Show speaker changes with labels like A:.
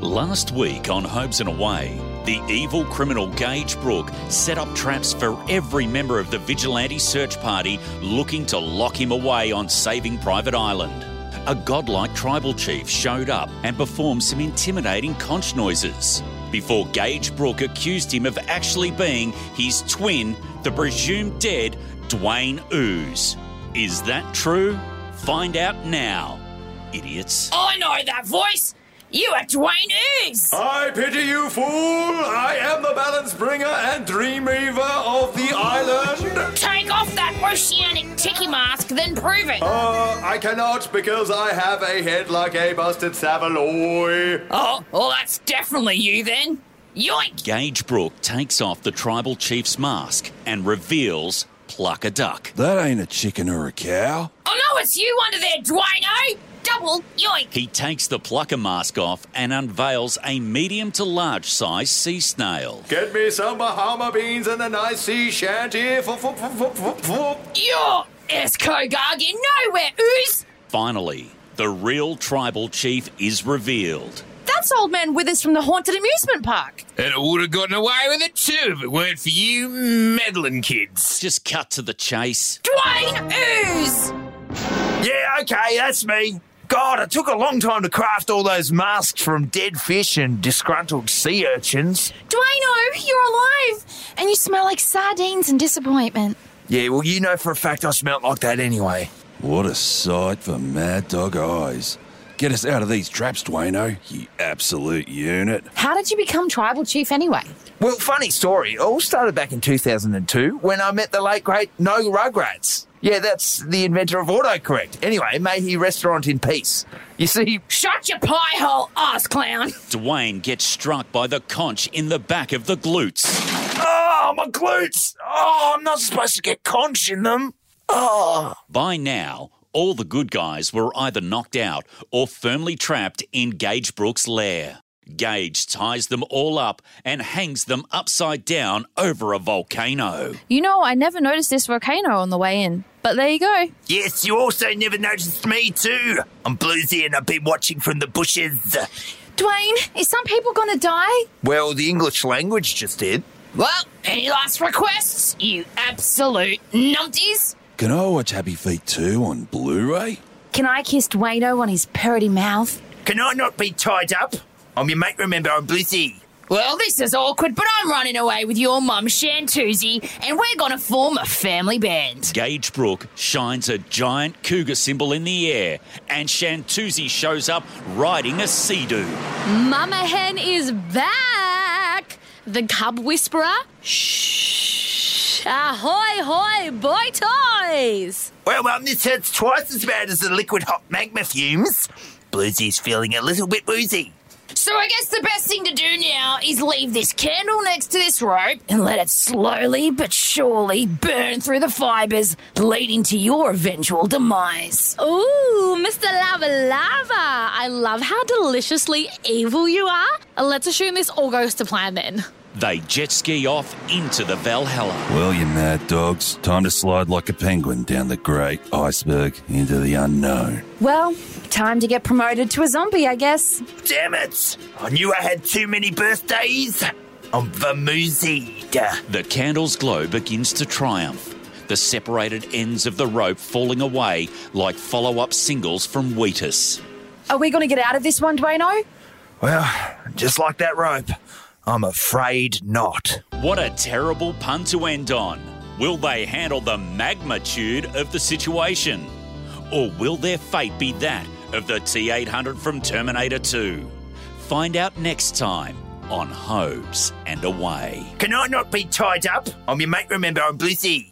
A: Last week on Homes and Away, the evil criminal Gage Brooke set up traps for every member of the vigilante search party looking to lock him away on Saving Private Island. A godlike tribal chief showed up and performed some intimidating conch noises before Gage Brooke accused him of actually being his twin, the presumed dead Dwayne Ooze. Is that true? Find out now, idiots.
B: I know that voice. You are Dwayne Ooze.
C: I pity you, fool! I am the balance bringer and dream weaver of the island!
B: Take off that oceanic tiki mask, then prove it.
C: Uh, I cannot because I have a head like a busted saveloy.
B: Oh, well, that's definitely you then. Yoink!
A: Gage Brooke takes off the tribal chief's mask and reveals Pluck a Duck.
D: That ain't a chicken or a cow.
B: Oh no, it's you under there, Dwayne O. Double yoink!
A: He takes the plucker mask off and unveils a medium to large size sea snail.
C: Get me some Bahama beans and a nice sea shanty. Fo- fo- fo- fo- fo- fo-
B: You're Escogog in nowhere, Ooze.
A: Finally, the real tribal chief is revealed.
E: That's old man Withers from the haunted amusement park.
F: And I would have gotten away with it too if it weren't for you meddling kids.
A: Just cut to the chase.
B: Dwayne Ooze.
F: Yeah, okay, that's me. God, it took a long time to craft all those masks from dead fish and disgruntled sea urchins.
E: Dwayne O, you're alive! And you smell like sardines and disappointment.
F: Yeah, well, you know for a fact I smelt like that anyway.
D: What a sight for mad dog eyes. Get us out of these traps, Dwayno, you absolute unit.
E: How did you become tribal chief anyway?
F: Well, funny story. It all started back in 2002 when I met the late great No Rugrats. Yeah, that's the inventor of autocorrect. Anyway, may he restaurant in peace. You see,
B: Shut your pie hole, ass clown.
A: Dwayne gets struck by the conch in the back of the glutes.
F: oh, my glutes! Oh, I'm not supposed to get conch in them. Oh,
A: By now, all the good guys were either knocked out or firmly trapped in Gage Brooks' lair. Gage ties them all up and hangs them upside down over a volcano.
E: You know, I never noticed this volcano on the way in. But there you go.
F: yes, you also never noticed me too. I'm bluesy and I've been watching from the bushes.
E: Dwayne, is some people gonna die?
F: Well, the English language just did.
B: Well, any last requests, you absolute numpties?
D: Can I watch Happy Feet 2 on Blu ray?
E: Can I kiss Dwayne O on his purty mouth?
F: Can I not be tied up? I'm your mate. Remember, I'm bluesy.
B: Well, this is awkward, but I'm running away with your mum, Shantuzi, and we're gonna form a family band.
A: Gage Brook shines a giant cougar symbol in the air, and Shantuzi shows up riding a sea doo.
G: Mama Hen is back! The cub whisperer. Shh! Ahoy, hoy, boy toys!
F: Well, Mum, this hurts twice as bad as the liquid hot magma fumes. Bluesy's feeling a little bit woozy.
B: So I guess the best thing to do now is leave this candle next to this rope and let it slowly but surely burn through the fibers, leading to your eventual demise.
G: Ooh, Mr. Lava Lava! I love how deliciously evil you are. Let's assume this all goes to plan then.
A: They jet ski off into the Valhalla.
D: Well, you mad dogs, time to slide like a penguin down the great iceberg into the unknown.
E: Well, time to get promoted to a zombie, I guess.
F: Damn it! I knew I had too many birthdays. I'm vermoozied.
A: The candle's glow begins to triumph, the separated ends of the rope falling away like follow up singles from Wheatus.
E: Are we gonna get out of this one, Dwayne O?
F: Well, just like that rope, I'm afraid not.
A: What a terrible pun to end on. Will they handle the magnitude of the situation? Or will their fate be that of the T 800 from Terminator 2? Find out next time on Hobes and Away.
F: Can I not be tied up? I'm your mate, remember, I'm bluesy.